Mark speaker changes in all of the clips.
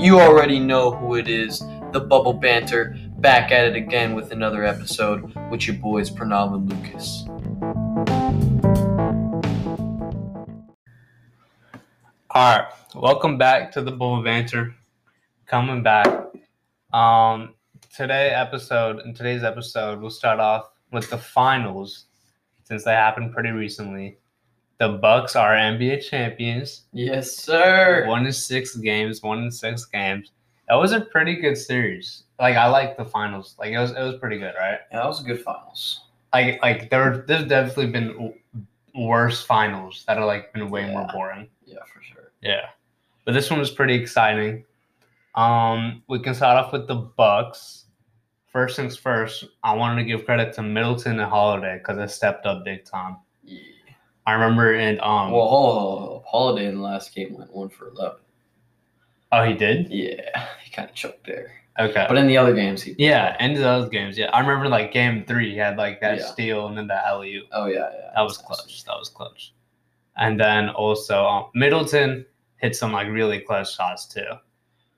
Speaker 1: You already know who it is, the Bubble Banter, back at it again with another episode with your boys Pranam and Lucas.
Speaker 2: All right, welcome back to the Bull Banter. Coming back. Um, today episode in today's episode, we'll start off with the finals, since they happened pretty recently. The Bucks are NBA champions.
Speaker 1: Yes, sir.
Speaker 2: One in six games. One in six games. That was a pretty good series. Like I like the finals. Like it was, it was pretty good, right?
Speaker 1: Yeah, that was a good finals.
Speaker 2: Like, like there, there's definitely been w- worse finals that are like been way more
Speaker 1: Yeah.
Speaker 2: boring.
Speaker 1: Yeah, for sure.
Speaker 2: Yeah. But this one was pretty exciting. Um, we can start off with the Bucks. First things first, I wanted to give credit to Middleton and Holiday because they stepped up big time.
Speaker 1: Yeah.
Speaker 2: I remember and um
Speaker 1: Well, Hol- Holiday in the last game went one for eleven.
Speaker 2: oh he did?
Speaker 1: Yeah, he kind of choked there.
Speaker 2: Okay.
Speaker 1: But in the other games, he.
Speaker 2: yeah, end of those games. Yeah. I remember like game three he had like that
Speaker 1: Yeah.
Speaker 2: steal and then the alley oop.
Speaker 1: Oh yeah, yeah.
Speaker 2: That was clutch. That was clutch. And then also um, Middleton hit some like really clutch shots too.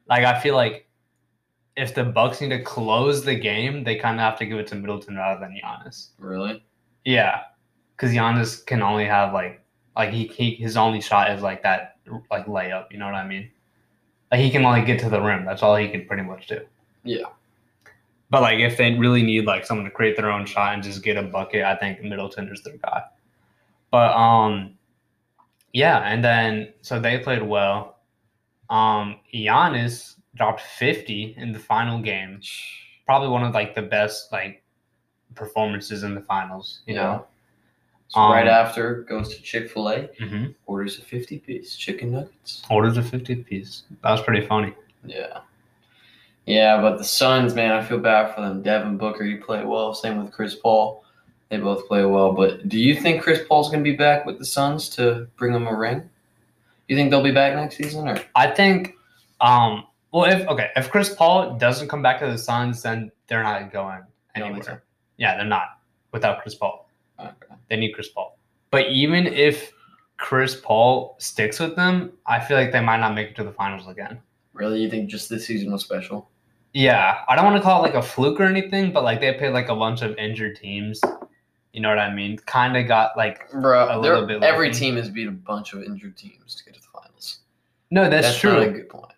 Speaker 2: Like I feel like if the Bucks need to close the game, they kind of have to give it to Middleton rather than Giannis.
Speaker 1: Really?
Speaker 2: Yeah, because Giannis can only have like like he, he his only shot is like that like layup. You know what I mean? Like he can only get to the rim. That's all he can pretty much do.
Speaker 1: Yeah.
Speaker 2: But like if they really need like someone to create their own shot and just get a bucket, I think Middleton is their guy. But um, yeah, and then so they played well. Um, Giannis dropped fifty in the final game probably one of like the best like performances in the finals. You
Speaker 1: Yeah.
Speaker 2: know,
Speaker 1: So
Speaker 2: Um,
Speaker 1: right after goes to Chick Fil A,
Speaker 2: mm-hmm.
Speaker 1: orders a fifty piece chicken nuggets.
Speaker 2: orders a fifty piece. That was pretty funny.
Speaker 1: Yeah. Yeah, but the Suns, man, I feel bad for them. Devin Booker, you play well. Same with Chris Paul. They both play well. But do you think Chris Paul's going to be back with the Suns to bring them a ring? You think they'll be back next season? Or
Speaker 2: I think, um, well, if okay, if Chris Paul doesn't come back to the Suns, then they're not going
Speaker 1: You don't think
Speaker 2: anywhere. Yeah, they're not without Chris Paul.
Speaker 1: Okay.
Speaker 2: They need Chris Paul. But even if Chris Paul sticks with them, I feel like they might not make it to the finals again.
Speaker 1: really, you think just this season was special?
Speaker 2: Yeah, I don't want to call it like a fluke or anything, but like they played like a bunch of injured teams. You know what I mean? Kind of got like A
Speaker 1: Bro,
Speaker 2: little
Speaker 1: they're-
Speaker 2: bit
Speaker 1: every
Speaker 2: lucky.
Speaker 1: team has beat a bunch of injured teams to get to the finals.
Speaker 2: no, that's, true.
Speaker 1: not a good point.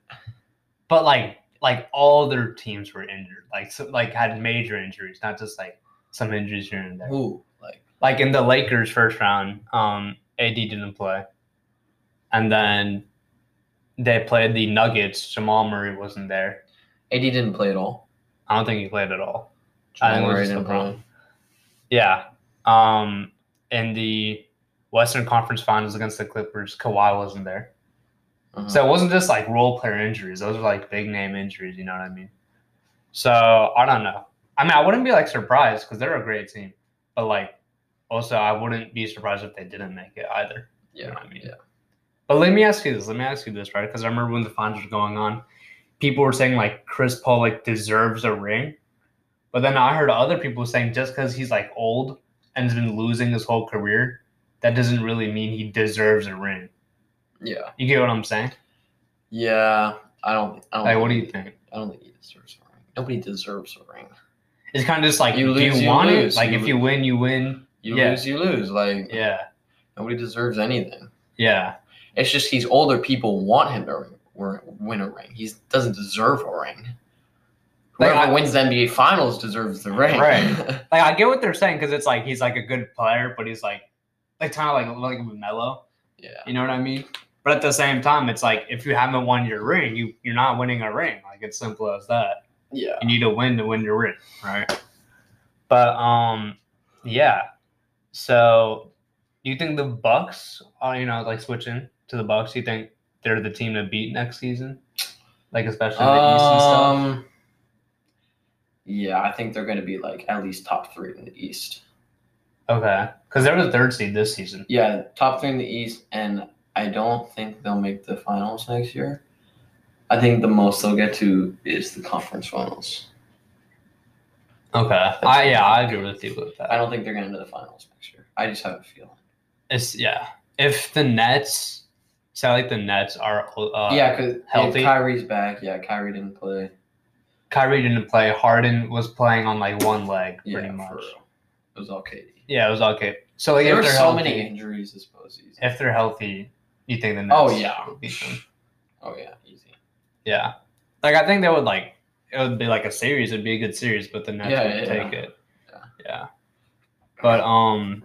Speaker 2: but like like all their teams were injured. Like so, like had major injuries, not just like some injuries here and there.
Speaker 1: Ooh, like
Speaker 2: Like in the Lakers first round, um, AD didn't play, and then they played the Nuggets. Jamal Murray wasn't there.
Speaker 1: AD didn't play at all.
Speaker 2: I don't think he played at all. I think it
Speaker 1: Jamal Murray
Speaker 2: was just
Speaker 1: didn't
Speaker 2: LeBron.
Speaker 1: play.
Speaker 2: Yeah. Um, in the Western Conference Finals against the Clippers, Kawhi wasn't there.
Speaker 1: Uh-huh.
Speaker 2: So it wasn't just like role player injuries. Those were like big name injuries, you know what I mean? So I don't know. I mean, I wouldn't be like surprised because they're a great team, but like also I wouldn't be surprised if they didn't make it either. You know
Speaker 1: yeah,
Speaker 2: what I mean?
Speaker 1: yeah.
Speaker 2: But let me ask you this. Let me ask you this, right? Because I remember when the finals were going on, people were saying like Chris Paul like deserves a ring, but then I heard other people saying just because he's like old and has been losing his whole career, that doesn't really mean he deserves a ring.
Speaker 1: yeah,
Speaker 2: You get what I'm saying?
Speaker 1: yeah. I don't. I don't
Speaker 2: Like, what do you think?
Speaker 1: I don't think he deserves a ring. Nobody deserves a ring.
Speaker 2: It's kind of just like
Speaker 1: You
Speaker 2: you do
Speaker 1: lose,
Speaker 2: you
Speaker 1: you
Speaker 2: want
Speaker 1: lose,
Speaker 2: it? Like
Speaker 1: you
Speaker 2: if you win, you win.
Speaker 1: You
Speaker 2: Yeah.
Speaker 1: lose, you lose. Like
Speaker 2: Yeah,
Speaker 1: nobody deserves anything.
Speaker 2: yeah,
Speaker 1: It's just he's older. People want him to ring- wor- win a ring. He doesn't deserve a ring.
Speaker 2: Like,
Speaker 1: Whoever
Speaker 2: I-
Speaker 1: wins the NBA Finals deserves the ring.
Speaker 2: Right. Like I get what they're saying because it's like he's like a good player, but he's like like kind of like like mellow.
Speaker 1: yeah.
Speaker 2: You know what I mean? But at the same time, it's like if you haven't won your ring, you you're not winning a ring. Like it's simple as that.
Speaker 1: Yeah.
Speaker 2: You need to win to win your ring, right? But um, yeah. So, do you think the Bucks are you know like switching to the Bucks? You think they're the team to beat next season? Like especially the East and stuff.
Speaker 1: Um. Yeah, I think they're going to be like at least top three in the East.
Speaker 2: Okay, because they're the third seed this season.
Speaker 1: Yeah, top three in the East, and I don't think they'll make the finals next year. I think the most they'll get to is the conference finals.
Speaker 2: Okay, I yeah I agree with you with
Speaker 1: I
Speaker 2: that.
Speaker 1: don't think they're going to the finals next year. I just have a feeling.
Speaker 2: It's yeah. If the Nets So like the Nets are. Uh,
Speaker 1: yeah, because
Speaker 2: healthy.
Speaker 1: Kyrie's back. Yeah, Kyrie didn't play.
Speaker 2: Kyrie didn't play. Harden was playing on like one leg,
Speaker 1: Yeah,
Speaker 2: pretty
Speaker 1: for
Speaker 2: much.
Speaker 1: real. It was all KD.
Speaker 2: Yeah, it was okay. So like
Speaker 1: there were
Speaker 2: if
Speaker 1: so
Speaker 2: they're healthy,
Speaker 1: many injuries this postseason.
Speaker 2: if they're healthy, you think the Nets?
Speaker 1: Oh, yeah.
Speaker 2: would beat them.
Speaker 1: oh yeah, easy.
Speaker 2: Yeah. Like I think they would like it would be like a series. It'd be a good series, but the Nets
Speaker 1: Yeah,
Speaker 2: would
Speaker 1: yeah,
Speaker 2: take it.
Speaker 1: Yeah.
Speaker 2: yeah. But um,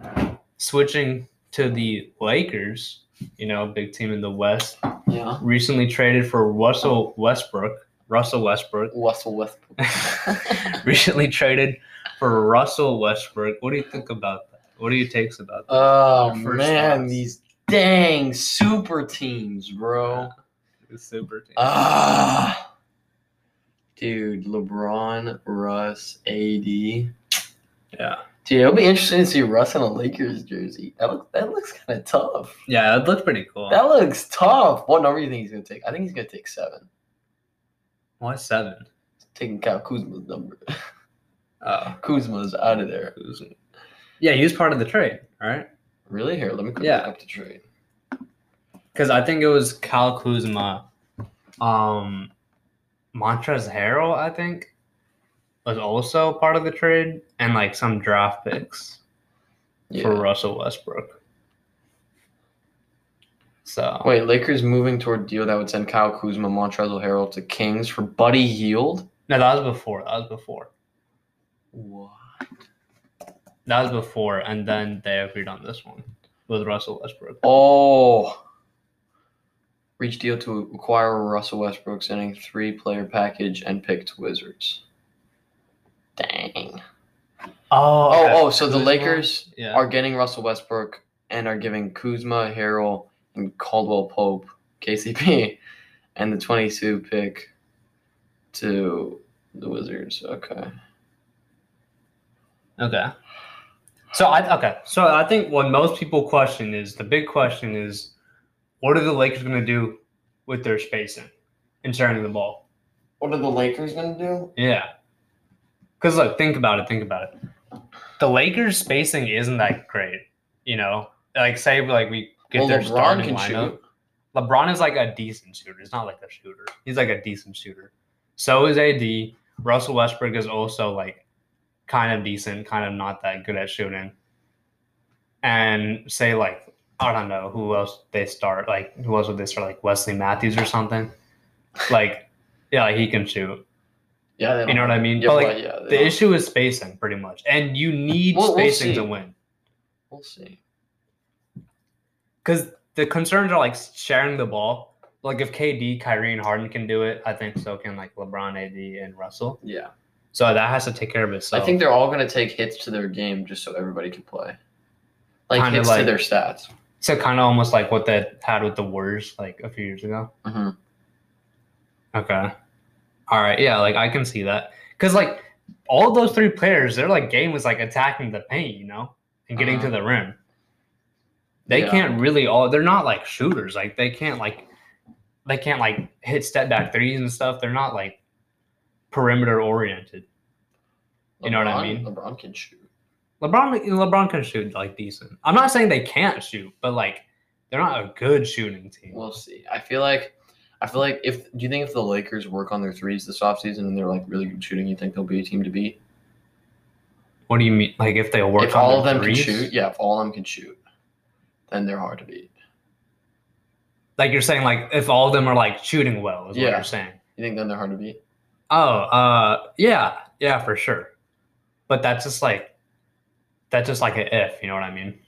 Speaker 2: switching to the Lakers, you know, big team in the West,
Speaker 1: Yeah.
Speaker 2: recently traded for Russell Westbrook. Russell Westbrook
Speaker 1: Russell Westbrook.
Speaker 2: recently traded for Russell Westbrook. What do you think about that? What are your takes about that?
Speaker 1: oh
Speaker 2: Your first
Speaker 1: man,
Speaker 2: thoughts.
Speaker 1: these dang super teams, bro.
Speaker 2: It's super team.
Speaker 1: Ah. Dude, LeBron, Russ, AD. Dude,
Speaker 2: yeah.
Speaker 1: it'll be interesting to see Russ in a Lakers jersey. That looks that looks kind of tough.
Speaker 2: Yeah, it looked pretty cool.
Speaker 1: That looks tough. What number do you think he's gonna take? I think he's gonna take seven.
Speaker 2: Why seven?
Speaker 1: Taking Kyle Kuzma's number.
Speaker 2: Oh.
Speaker 1: Kuzma's out of there.
Speaker 2: Yeah, he was part of the trade, right?
Speaker 1: Really? Here, let me quickly
Speaker 2: Yeah.
Speaker 1: look up the trade.
Speaker 2: Because I think it was Kyle Kuzma, um, Montrezl Harrell, I think, was also part of the trade, and like some draft picks
Speaker 1: Yeah.
Speaker 2: for Russell Westbrook. So
Speaker 1: Wait, Lakers moving toward deal that would send Kyle Kuzma, Montrezl Harrell to Kings for Buddy Yield.
Speaker 2: no, that was before. That was before.
Speaker 1: What?
Speaker 2: That was before, and then they agreed on this one with Russell Westbrook.
Speaker 1: Oh. Reach deal to acquire Russell Westbrook, sending three player package and picked Wizards. Dang.
Speaker 2: Oh,
Speaker 1: Oh,
Speaker 2: okay.
Speaker 1: oh, so the
Speaker 2: Kuzma?
Speaker 1: Lakers
Speaker 2: yeah.
Speaker 1: are getting Russell Westbrook and are giving Kuzma, Harrell, and Caldwell Pope, KCP, and the 22 pick to the Wizards. Okay.
Speaker 2: Okay. So I okay. So I think what most people question is the big question is, what are the Lakers going to do with their spacing and sharing the ball?
Speaker 1: What are the Lakers going to do?
Speaker 2: Yeah. Because look, think about it. Think about it. The Lakers spacing isn't that great. You know, like say like we get
Speaker 1: Well,
Speaker 2: their
Speaker 1: LeBron
Speaker 2: starting
Speaker 1: can
Speaker 2: lineup.
Speaker 1: shoot.
Speaker 2: LeBron is like a decent shooter. He's not like a shooter. He's like a decent shooter. So is AD. Russell Westbrook is also like kind of decent, kind of not that good at shooting. And say like I don't know who else they start like who else would they start like Wesley Matthews or something. Like yeah, like, he can shoot.
Speaker 1: Yeah, they
Speaker 2: You know
Speaker 1: don't-
Speaker 2: what I mean?
Speaker 1: Yeah,
Speaker 2: But
Speaker 1: but,
Speaker 2: like
Speaker 1: yeah, they
Speaker 2: the
Speaker 1: don't-
Speaker 2: issue is spacing pretty much, and you need
Speaker 1: We'll- we'll
Speaker 2: spacing to
Speaker 1: see.
Speaker 2: win
Speaker 1: We'll see.
Speaker 2: because the concerns are like sharing the ball. Like if KD, Kyrie, and Harden can do it, I think so can like LeBron, AD, and Russell.
Speaker 1: Yeah,
Speaker 2: So that has to take care of itself.
Speaker 1: I think they're all going to take hits to their game just so everybody can play, like
Speaker 2: Kinda
Speaker 1: hits to
Speaker 2: like-
Speaker 1: their stats.
Speaker 2: so kind of almost like what they had with the Warriors like a few years ago.
Speaker 1: Mhm.
Speaker 2: Okay. All right. Yeah. Like I can see that because like all those three players, their like game was like attacking the paint, you know, and getting to
Speaker 1: Uh-huh.
Speaker 2: the rim. They
Speaker 1: Yeah.
Speaker 2: can't really all. They're not like shooters. Like they can't like they can't like hit step back threes and stuff. They're not like perimeter oriented. You know what I
Speaker 1: LeBron-
Speaker 2: mean?
Speaker 1: LeBron can shoot.
Speaker 2: LeBron LeBron can shoot like decent. I'm not saying they can't shoot, but like they're not a good shooting team.
Speaker 1: We'll see. I feel like, I feel like if do you think if the Lakers work on their threes this offseason and they're like really good shooting, you think they'll be a team to beat?
Speaker 2: What do you mean? Like if they work
Speaker 1: if
Speaker 2: on
Speaker 1: all
Speaker 2: their
Speaker 1: of them
Speaker 2: threes?
Speaker 1: can shoot, yeah, if all of them can shoot, then they're hard to beat.
Speaker 2: Like you're saying, like if all of them are like shooting well, is what
Speaker 1: Yeah.
Speaker 2: you're saying.
Speaker 1: You think then they're hard to beat?
Speaker 2: Oh, uh, yeah, yeah, for sure. But that's just like that's just like an if, you know what I mean?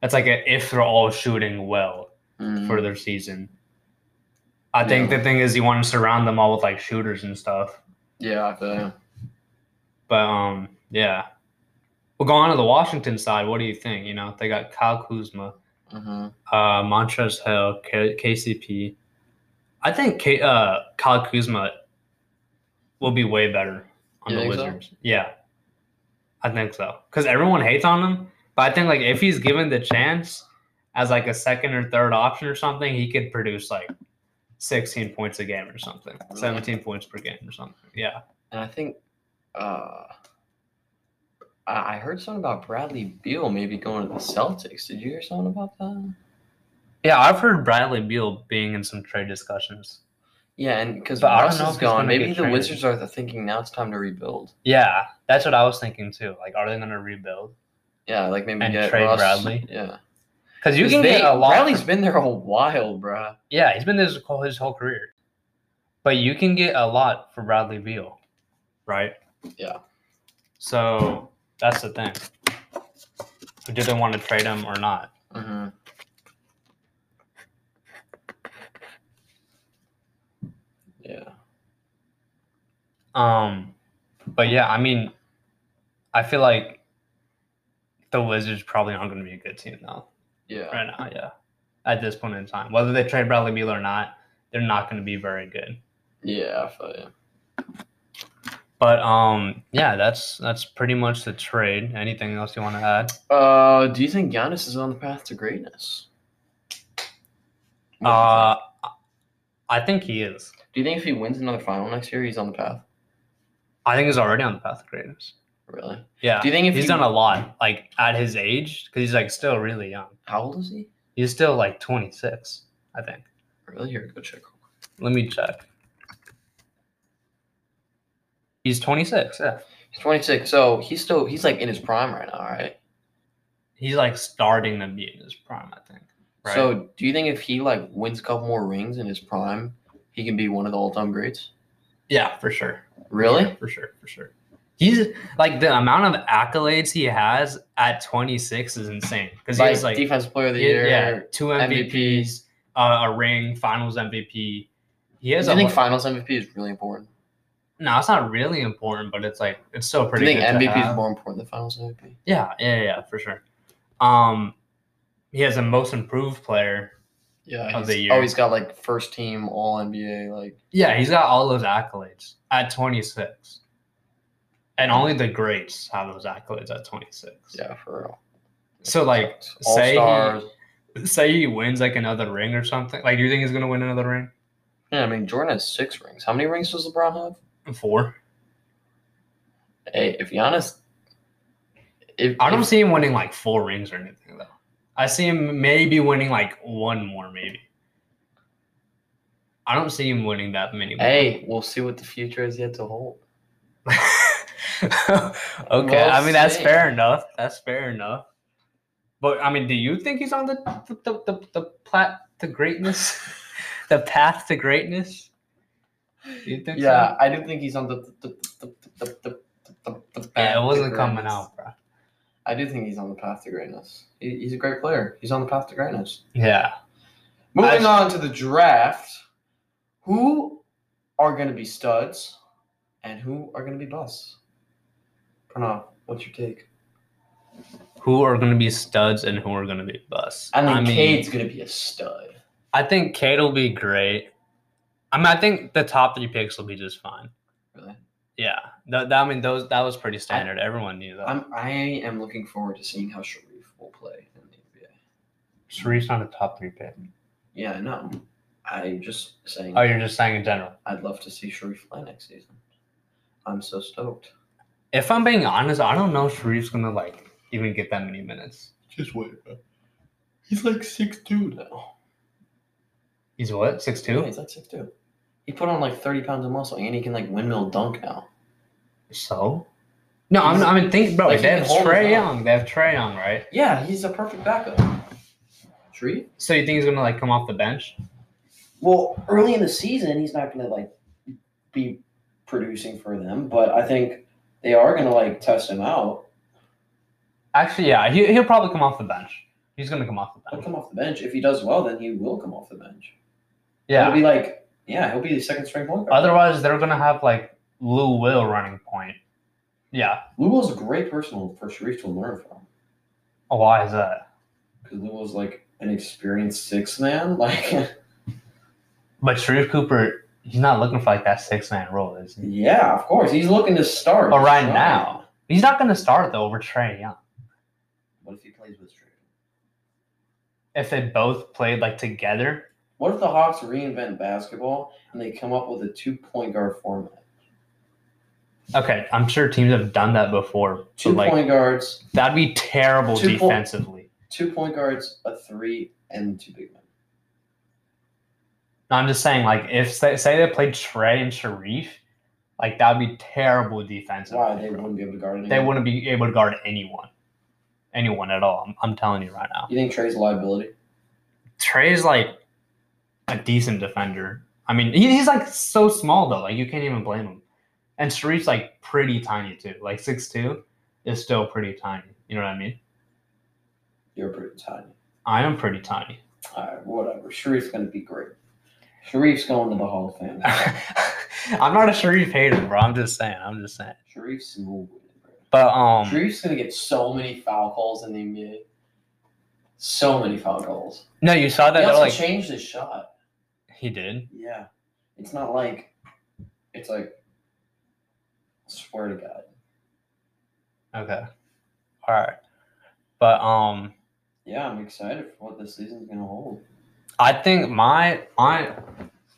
Speaker 2: That's like a if they're all shooting well
Speaker 1: Mm.
Speaker 2: for their season. I think
Speaker 1: Yeah.
Speaker 2: the thing is you want to surround them all with like shooters and stuff.
Speaker 1: yeah, I feel you.
Speaker 2: But um, yeah. Well, going on to the Washington side, what do you think? You know, they got Kyle Kuzma.
Speaker 1: hmm
Speaker 2: uh, Montrezl Hill, K- KCP. I think K- uh, Kyle Kuzma will be way better on
Speaker 1: You
Speaker 2: the
Speaker 1: think so?
Speaker 2: Wizards. Yeah, I think so. Because everyone hates on him, but I think like if he's given the chance as like a second or third option or something, he could produce like sixteen points a game or something, seventeen points per game or something. Yeah.
Speaker 1: And I think uh, I I heard something about Bradley Beal maybe going to the Celtics. Did you hear something about that?
Speaker 2: Yeah, I've heard Bradley Beal being in some trade discussions.
Speaker 1: Yeah, and because
Speaker 2: But I don't
Speaker 1: Russ
Speaker 2: know if
Speaker 1: is
Speaker 2: he's
Speaker 1: gone,
Speaker 2: gonna
Speaker 1: maybe
Speaker 2: get
Speaker 1: the
Speaker 2: traded.
Speaker 1: Wizards are the thinking now it's time to rebuild.
Speaker 2: Yeah, that's what I was thinking too. Like, are they going to rebuild?
Speaker 1: Yeah, like maybe
Speaker 2: And
Speaker 1: get
Speaker 2: trade
Speaker 1: Russ.
Speaker 2: Bradley?
Speaker 1: Yeah,
Speaker 2: Because you
Speaker 1: 'Cause
Speaker 2: can
Speaker 1: they-
Speaker 2: get a lot.
Speaker 1: Bradley's been there a while, bruh.
Speaker 2: yeah, he's been this whole, his whole career, but you can get a lot for Bradley Beal, right?
Speaker 1: Yeah.
Speaker 2: So that's the thing. Do they want to trade him or not? Mm-hmm.
Speaker 1: hmm Yeah.
Speaker 2: Um, but yeah, I mean, I feel like the Wizards probably aren't going to be a good team though
Speaker 1: Yeah.
Speaker 2: right now. Yeah, at this point in time, whether they trade Bradley Beal or not, they're not going to be very good.
Speaker 1: Yeah, I feel you.
Speaker 2: But um, yeah, that's that's pretty much the trade. Anything else you want to add?
Speaker 1: Uh, do you think Giannis is on the path to greatness? What do you
Speaker 2: Uh, I think he is.
Speaker 1: think? do you think if he wins another final next year, he's on the path?
Speaker 2: I think he's already on the path to greatness.
Speaker 1: Really?
Speaker 2: Yeah,
Speaker 1: Do you think if
Speaker 2: he's
Speaker 1: he-
Speaker 2: done a lot, like at his age, because he's like still really young.
Speaker 1: How old is he?
Speaker 2: He's still like 26, I think.
Speaker 1: Really? Here, go check.
Speaker 2: Let me check. He's 26. Yeah,
Speaker 1: He's 26, so he's still he's like in his prime right now, right?
Speaker 2: he's like starting to be in his prime. I think. Right.
Speaker 1: So, do you think if he like wins a couple more rings in his prime, he can be one of the all-time greats?
Speaker 2: yeah, for sure.
Speaker 1: Really?
Speaker 2: For sure, for sure. He's like the amount of accolades he has at 26 is insane because
Speaker 1: Like,
Speaker 2: he's like
Speaker 1: defensive player of the
Speaker 2: he-
Speaker 1: year.
Speaker 2: yeah, two
Speaker 1: MVP.
Speaker 2: MVPs, uh, a ring, Finals MVP. He
Speaker 1: Do you
Speaker 2: has a
Speaker 1: think
Speaker 2: lot-
Speaker 1: Finals MVP is really important?
Speaker 2: no, it's not really important, but it's like it's still
Speaker 1: Do you
Speaker 2: pretty.
Speaker 1: think
Speaker 2: good to
Speaker 1: MVP is
Speaker 2: have.
Speaker 1: more important than Finals MVP?
Speaker 2: Yeah, yeah, yeah, for sure. Um, he has a most improved player.
Speaker 1: Yeah.
Speaker 2: Of
Speaker 1: he's-
Speaker 2: the year.
Speaker 1: Oh, he's got like first team All NBA. Like,
Speaker 2: Yeah, he's got all those accolades at 26, and only the greats have those accolades at 26.
Speaker 1: yeah, for real.
Speaker 2: So like
Speaker 1: All
Speaker 2: say he-
Speaker 1: stars.
Speaker 2: say he wins like another ring or something. Like, do you think he's gonna win another ring?
Speaker 1: Yeah, I mean Jordan has six rings. How many rings does LeBron have?
Speaker 2: Four.
Speaker 1: Hey, if Giannis, if
Speaker 2: I don't
Speaker 1: if-
Speaker 2: see him winning like four rings or anything though. I see him maybe winning like one more, maybe. I don't see him winning that many. More.
Speaker 1: Hey, we'll see what the future is yet to hold.
Speaker 2: okay, I mean that's fair enough. That's fair enough. But I mean, do you think he's on the the the the, the plat to greatness, the path to greatness? Do you think? so?
Speaker 1: Yeah, I do think he's on the. the, the, the, the, the, the, the, the path
Speaker 2: Yeah,
Speaker 1: to
Speaker 2: it wasn't coming
Speaker 1: greatness.
Speaker 2: out, bro.
Speaker 1: I do think he's on the path to greatness. He- He's a great player. He's on the path to greatness.
Speaker 2: Yeah.
Speaker 1: Moving
Speaker 2: I-
Speaker 1: on to the draft, who are going to be studs and who are going to be busts? Pranav, what's your take?
Speaker 2: who are going to be studs and who are going to be busts.
Speaker 1: I mean,
Speaker 2: I,
Speaker 1: Cade's going to be a stud.
Speaker 2: I think Cade will be great. I mean, I think the top three picks will be just fine.
Speaker 1: Really?
Speaker 2: Yeah, Th- that, I mean, those that was pretty standard. Everyone knew that.
Speaker 1: I'm, I am looking forward to seeing how Sharif will play in the NBA.
Speaker 2: Sharif's not a top three pick.
Speaker 1: Yeah, I know. I'm just saying
Speaker 2: Oh, you're just saying in general.
Speaker 1: I'd love to see Sharif play next season. I'm so stoked.
Speaker 2: If I'm being honest, I don't know if Sharif's going to like even get that many minutes.
Speaker 1: Just wait, bro. He's like six two now.
Speaker 2: He's what six
Speaker 1: Yeah,
Speaker 2: two?
Speaker 1: he's like six two. He put on like 30 pounds of muscle and he can like windmill dunk now.
Speaker 2: So. No, I'm, I mean, think, bro.
Speaker 1: Like, he
Speaker 2: they
Speaker 1: can
Speaker 2: have
Speaker 1: hold his
Speaker 2: Trey
Speaker 1: own.
Speaker 2: Young. They have Trey Young, right?
Speaker 1: Yeah, he's a perfect backup. Sharif?
Speaker 2: So you think he's gonna like come off the bench?
Speaker 1: Well, early in the season, he's not going to like be producing for them, but I think they are going to like test him out.
Speaker 2: Actually, yeah, he, he'll probably come off the bench. He's gonna come off the
Speaker 1: He'll
Speaker 2: bench.
Speaker 1: come off the bench. If he does well, then he will come off the bench.
Speaker 2: Yeah.
Speaker 1: He'll be like, yeah, he'll be the second string point guard.
Speaker 2: Otherwise, they're gonna have like Lou Will running point. Yeah.
Speaker 1: Lou Will's a great person for Sharif to learn from
Speaker 2: Oh, why is that?
Speaker 1: because Lou Will's like an experienced six man. Like,
Speaker 2: But Sharif Cooper, he's not looking for like that six man role, is he?
Speaker 1: yeah, of course, he's looking to start.
Speaker 2: But Oh, right
Speaker 1: Right.
Speaker 2: now, he's not gonna start though over Trey Young.
Speaker 1: What if he plays with Sharif?
Speaker 2: If they both played like together,
Speaker 1: What if the Hawks reinvent basketball and they come up with a two point guard format?
Speaker 2: okay, I'm sure teams have done that before.
Speaker 1: Two
Speaker 2: But like
Speaker 1: point guards,
Speaker 2: that'd be terrible
Speaker 1: Two point-
Speaker 2: defensively.
Speaker 1: two point guards, a three, and two big men.
Speaker 2: No, I'm just saying, like, if say, say they played Trey and Sharif, like that would be terrible defensive.
Speaker 1: Why they wouldn't be able to guard anyone?
Speaker 2: They wouldn't be able to guard anyone, anyone at all. I'm, I'm telling you right now.
Speaker 1: You think Trey's a liability?
Speaker 2: Trey's like a decent defender. I mean, he, he's like so small though, like you can't even blame him. And Sharif's like pretty tiny too, like six two is still pretty tiny. You know what I mean?
Speaker 1: You're pretty tiny.
Speaker 2: I am pretty tiny.
Speaker 1: All right, whatever. Sharif's gonna be great. Sharif's going to the Hall of Fame.
Speaker 2: I'm not a Sharif hater, bro. I'm just saying. I'm just saying.
Speaker 1: Sharif's moving. bro.
Speaker 2: But um,
Speaker 1: Sharif's gonna get so many foul calls in the NBA. So many foul calls.
Speaker 2: no, you saw
Speaker 1: He
Speaker 2: that
Speaker 1: also
Speaker 2: like
Speaker 1: changed his shot.
Speaker 2: he did.
Speaker 1: Yeah, it's not like it's like. I swear to God.
Speaker 2: Okay, all right. But um,
Speaker 1: Yeah, I'm excited for what this season's gonna hold.
Speaker 2: I think my I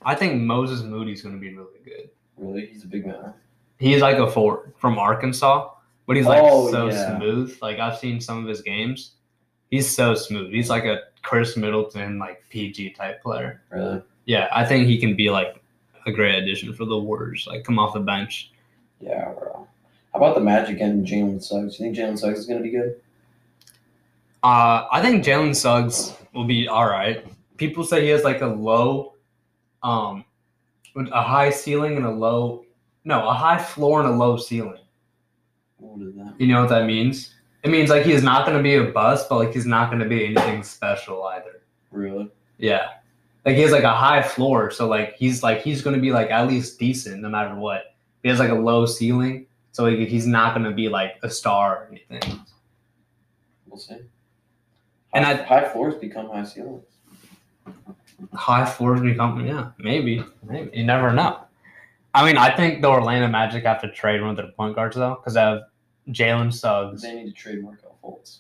Speaker 2: I think Moses Moody's going to be really good.
Speaker 1: Really, he's a big man.
Speaker 2: He's like a forward from Arkansas, but he's like
Speaker 1: Oh,
Speaker 2: so
Speaker 1: yeah.
Speaker 2: smooth. Like I've seen some of his games. He's so smooth. He's like a Chris Middleton like PG type player.
Speaker 1: Really?
Speaker 2: Yeah, I think he can be like a great addition for the Warriors. Like come off the bench.
Speaker 1: Yeah, bro. How about the Magic and Jalen Suggs? You think Jalen Suggs is gonna be good?
Speaker 2: Uh, I think Jalen Suggs will be all right. People say he has like a low, um, a high ceiling and a low, no, a high floor and a low ceiling.
Speaker 1: What is that?
Speaker 2: You know what that means? It means like he's not going to be a bust, but like he's not going to be anything special either.
Speaker 1: Really?
Speaker 2: Yeah. Like he has like a high floor, so like he's like he's going to be like at least decent no matter what. He has like a low ceiling, so like he's not going to be like a star or anything.
Speaker 1: We'll see.
Speaker 2: And
Speaker 1: high,
Speaker 2: I-
Speaker 1: high floors become high ceilings.
Speaker 2: High floors become yeah, maybe, maybe you never know. I mean, I think the Orlando Magic have to trade one of their point guards though, because they have Jalen Suggs.
Speaker 1: They need to trade Markel Fultz.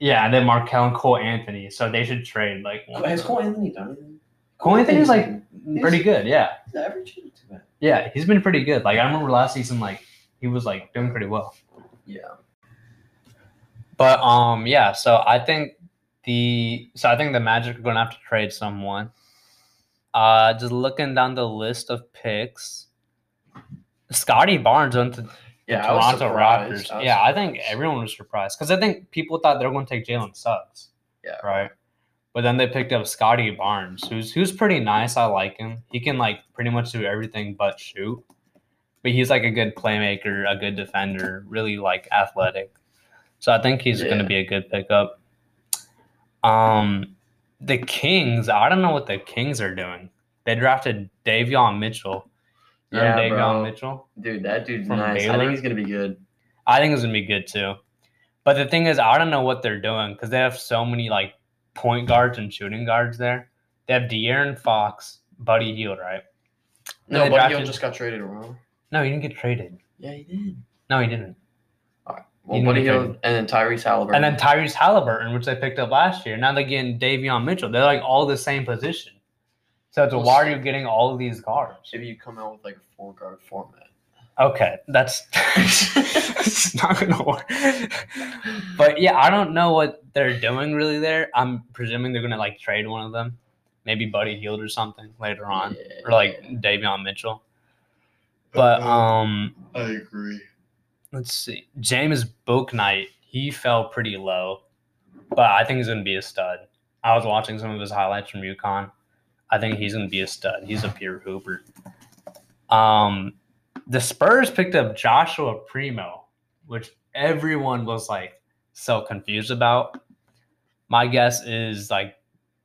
Speaker 2: Yeah, and then Markel and Cole Anthony, so they should trade like one.
Speaker 1: Has Cole Anthony done anything?
Speaker 2: Cole Anthony's like pretty good, yeah.
Speaker 1: He's averaging too bad.
Speaker 2: Yeah, he's been pretty good. Like I remember last season, like he was like doing pretty well.
Speaker 1: Yeah.
Speaker 2: But um, yeah. So I think the so I think the Magic are gonna have to trade someone. Uh, just looking down the list of picks, Scotty Barnes went to the
Speaker 1: Yeah, I was
Speaker 2: Toronto
Speaker 1: surprised.
Speaker 2: Raptors.
Speaker 1: I was
Speaker 2: yeah, I think
Speaker 1: surprised.
Speaker 2: everyone was surprised because I think people thought they were gonna take Jalen Suggs.
Speaker 1: Yeah.
Speaker 2: Right. But then they picked up Scotty Barnes, who's who's pretty nice. I like him. He can like pretty much do everything but shoot. But he's like a good playmaker, a good defender, really like athletic. So I think he's
Speaker 1: Yeah.
Speaker 2: gonna be a good pickup. Um the Kings, I don't know what the Kings are doing. They drafted Davion Mitchell.
Speaker 1: Yeah,
Speaker 2: Remember Davion
Speaker 1: bro.
Speaker 2: Mitchell?
Speaker 1: Dude, that dude's
Speaker 2: From
Speaker 1: nice. I
Speaker 2: Baylor?
Speaker 1: think he's gonna be good.
Speaker 2: I think it's gonna be good too. But the thing is, I don't know what they're doing because they have so many like point guards and shooting guards there. They have De'Aaron Fox, Buddy Heald, right?
Speaker 1: No,
Speaker 2: they
Speaker 1: but
Speaker 2: drafted-
Speaker 1: Hill just got traded around.
Speaker 2: No, he didn't get traded.
Speaker 1: Yeah, he did.
Speaker 2: No, he didn't.
Speaker 1: Well,
Speaker 2: You
Speaker 1: Buddy
Speaker 2: know,
Speaker 1: Hill and then Tyrese Halliburton.
Speaker 2: And then Tyrese Halliburton, which they picked up last year. Now they're getting Davion Mitchell. They're like all the same position. So it's,
Speaker 1: Well,
Speaker 2: why are you getting all of these guards?
Speaker 1: maybe you come out with like a four guard format.
Speaker 2: Okay, that's it's not gonna work. But yeah, I don't know what they're doing really there. I'm presuming they're gonna like trade one of them, maybe Buddy Heald or something later on,
Speaker 1: Yeah.
Speaker 2: or like Davion Mitchell. But um,
Speaker 1: I agree.
Speaker 2: let's see, James Booknight, he fell pretty low, but I think he's gonna be a stud. I was watching some of his highlights from UConn. I think he's gonna be a stud. He's a pure hooper. Um, the Spurs picked up Joshua Primo, which everyone was like so confused about. My guess is like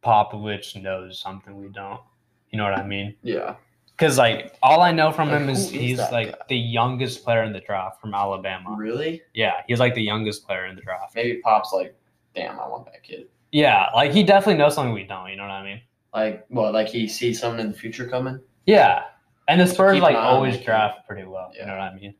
Speaker 2: Popovich knows something we don't. You know what I mean?
Speaker 1: Yeah.
Speaker 2: Because like all I know from
Speaker 1: Like,
Speaker 2: him
Speaker 1: who
Speaker 2: is
Speaker 1: is
Speaker 2: he's
Speaker 1: that
Speaker 2: like
Speaker 1: guy?
Speaker 2: the youngest player in the draft from Alabama.
Speaker 1: Really?
Speaker 2: Yeah, he's like the youngest player in the draft.
Speaker 1: Maybe Pop's like, damn, I want that kid.
Speaker 2: Yeah, like he definitely knows something we don't. You know what I mean?
Speaker 1: Like, what? Like he sees something in the future coming.
Speaker 2: Yeah, and the Spurs
Speaker 1: keep
Speaker 2: like
Speaker 1: an eye on
Speaker 2: always
Speaker 1: that kid.
Speaker 2: draft pretty well. You
Speaker 1: Yeah.
Speaker 2: know what I mean?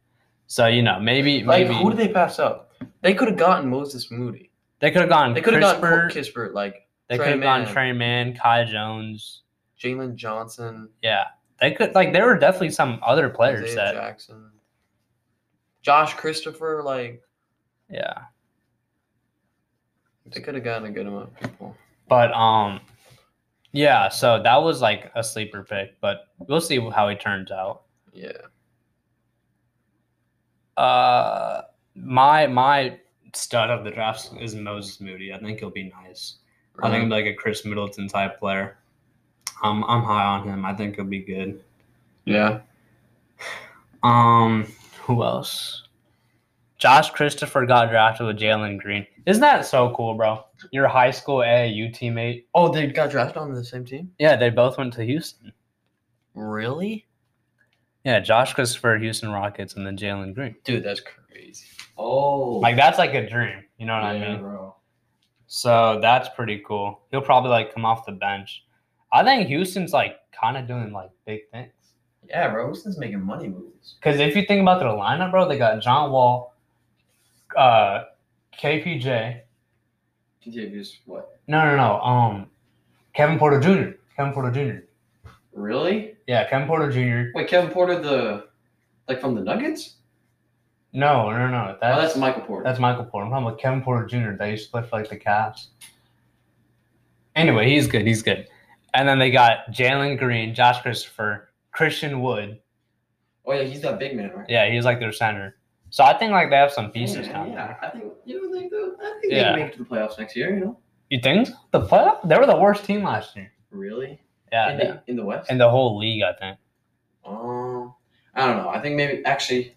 Speaker 2: So you know maybe
Speaker 1: Like,
Speaker 2: maybe
Speaker 1: who did they pass up? They could have gotten Moses Moody.
Speaker 2: they could have gone.
Speaker 1: They could have gotten
Speaker 2: Crisper.
Speaker 1: Kurt Kispert, like
Speaker 2: They
Speaker 1: Trey
Speaker 2: could have gone
Speaker 1: Mann.
Speaker 2: Trey Mann, Kai Jones.
Speaker 1: Jalen Johnson,
Speaker 2: Yeah, they could like there were definitely some other players
Speaker 1: Isaiah
Speaker 2: that
Speaker 1: Jackson, Josh Christopher. Like,
Speaker 2: yeah.
Speaker 1: they could have gotten a good amount of people.
Speaker 2: But um, Yeah, so that was like a sleeper pick, but we'll see how he turns out.
Speaker 1: Yeah.
Speaker 2: Uh, my my stud of the draft is Moses Moody. I think he'll be nice. I think he'll be like a Chris Middleton type player. Um, I'm high on him. I think he'll be good.
Speaker 1: yeah.
Speaker 2: Um, who else? Josh Christopher got drafted with Jalen Green. Isn't that so cool, bro? Your high school AAU teammate.
Speaker 1: Oh, they got drafted on the same team?
Speaker 2: Yeah, they both went to Houston.
Speaker 1: Really?
Speaker 2: Yeah, Josh Christopher, Houston Rockets, and then Jalen Green.
Speaker 1: Dude, that's crazy. Oh.
Speaker 2: Like that's like a dream. You know what I mean?
Speaker 1: bro.
Speaker 2: So that's pretty cool. He'll probably like come off the bench. I think Houston's like kind of doing like big things.
Speaker 1: Yeah, bro. Houston's making money moves.
Speaker 2: Because if you think about their lineup, bro, they got John Wall, uh, KPJ.
Speaker 1: PJ just what?
Speaker 2: No, no, no. Um, Kevin Porter Jr. Kevin Porter Jr.
Speaker 1: Really?
Speaker 2: Yeah, Kevin Porter Jr.
Speaker 1: Wait, Kevin Porter, the like from the Nuggets?
Speaker 2: No, no, no.
Speaker 1: oh,
Speaker 2: That's
Speaker 1: that's Michael Porter.
Speaker 2: that's Michael Porter. I'm talking about Kevin Porter Jr. They used to play for like the Cavs. Anyway, he's good. He's good. And then they got Jalen Green, Josh Christopher, Christian Wood.
Speaker 1: oh yeah, he's that big man, right? Oh,
Speaker 2: Yeah, he's like their center. So I think like they have some pieces
Speaker 1: yeah,
Speaker 2: now.
Speaker 1: yeah. I think you know, like, though, I think they
Speaker 2: Yeah.
Speaker 1: can make it to the playoffs next year. You know,
Speaker 2: You think the playoff? They were the worst team last year.
Speaker 1: really
Speaker 2: Yeah,
Speaker 1: in,
Speaker 2: and the,
Speaker 1: the, in the West.
Speaker 2: in the whole league, I think.
Speaker 1: Um, I don't know. I think maybe actually,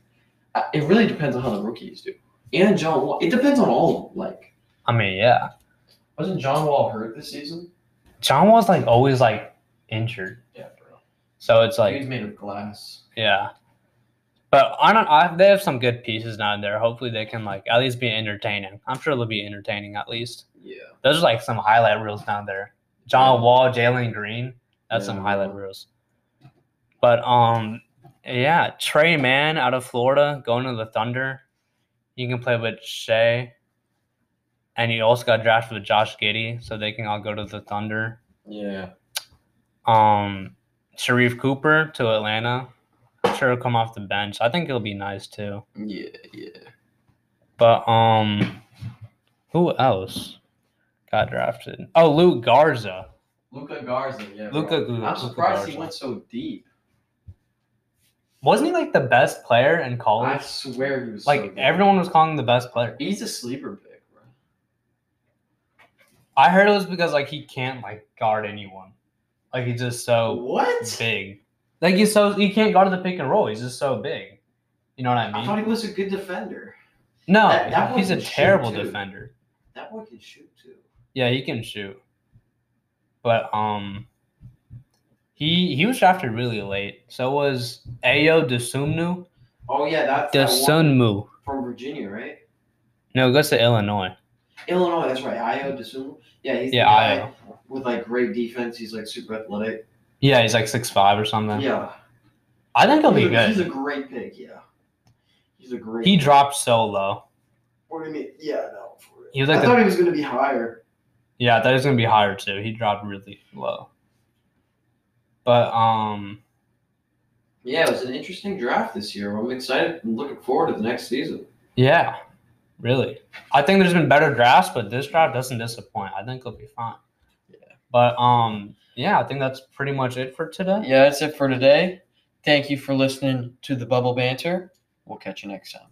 Speaker 1: I- it really depends on how the rookies do. And John Wall. It depends on all of them. Like,
Speaker 2: I mean, yeah.
Speaker 1: wasn't John Wall hurt this season?
Speaker 2: John Wall's like always like injured,
Speaker 1: Yeah, bro.
Speaker 2: so it's like
Speaker 1: he's made of glass.
Speaker 2: yeah. But I don't. I, they have some good pieces down there. Hopefully, they can like at least be entertaining. I'm sure they'll be entertaining at least.
Speaker 1: Yeah.
Speaker 2: Those are like some highlight reels down there. John Wall, Jalen Green. That's some
Speaker 1: Yeah.
Speaker 2: highlight reels. But um, yeah, Trey Mann out of Florida going to the Thunder. You can play with Shea, and you also got drafted with Josh Giddy, so they can all go to the Thunder.
Speaker 1: Yeah.
Speaker 2: Um, Sharif Cooper to Atlanta. I'm sure he'll come off the bench. I think he'll be nice too.
Speaker 1: Yeah. Yeah.
Speaker 2: But um, who else got drafted? Oh, Luke Garza.
Speaker 1: Luca Garza. Yeah. bro.
Speaker 2: Luka Gu-
Speaker 1: I'm
Speaker 2: Luka
Speaker 1: surprised he
Speaker 2: Garza.
Speaker 1: went so deep.
Speaker 2: Wasn't he like the best player in
Speaker 1: I
Speaker 2: college?
Speaker 1: swear he was so
Speaker 2: like
Speaker 1: deep.
Speaker 2: everyone was calling him the best player.
Speaker 1: He's a sleeper pick, bro.
Speaker 2: I heard it was because like he can't like guard anyone. Like he's just so
Speaker 1: what?
Speaker 2: Oh. big. Like he's so he can't guard the pick and roll. He's just so big. You know what I
Speaker 1: I
Speaker 2: mean?
Speaker 1: thought he was a good defender.
Speaker 2: no,
Speaker 1: that- that
Speaker 2: he's a
Speaker 1: wasn't shoot,
Speaker 2: terrible
Speaker 1: too.
Speaker 2: defender.
Speaker 1: That boy can shoot too.
Speaker 2: Yeah, he can shoot. But um he he was drafted really late. So was Ayo Desumnu.
Speaker 1: Oh yeah, that's that one
Speaker 2: Desunmu.
Speaker 1: from Virginia, right?
Speaker 2: No, it goes to Illinois.
Speaker 1: Illinois, that's right. Io DeSumo. Yeah, he's
Speaker 2: Yeah,
Speaker 1: the guy with like great defense. He's like super athletic.
Speaker 2: Yeah, he's like six five or something.
Speaker 1: Yeah.
Speaker 2: I think he'll be
Speaker 1: he's, a,
Speaker 2: good.
Speaker 1: he's a great pick, yeah. He's a great
Speaker 2: He dropped so low.
Speaker 1: What do you mean? Yeah, no. For real.
Speaker 2: He was like
Speaker 1: I
Speaker 2: the-
Speaker 1: thought he was gonna be higher.
Speaker 2: Yeah, I thought he was gonna be higher too. He dropped really low. But um
Speaker 1: Yeah, it was an interesting draft this year. I'm excited. I'm looking forward to the next season.
Speaker 2: yeah, really. I think there's been better drafts, but this draft doesn't disappoint. I think he'll be fine. Yeah. But um yeah, I think that's pretty much it for today.
Speaker 1: Yeah, that's it for today. Thank you for listening to the Bubble Banter. We'll catch you next time.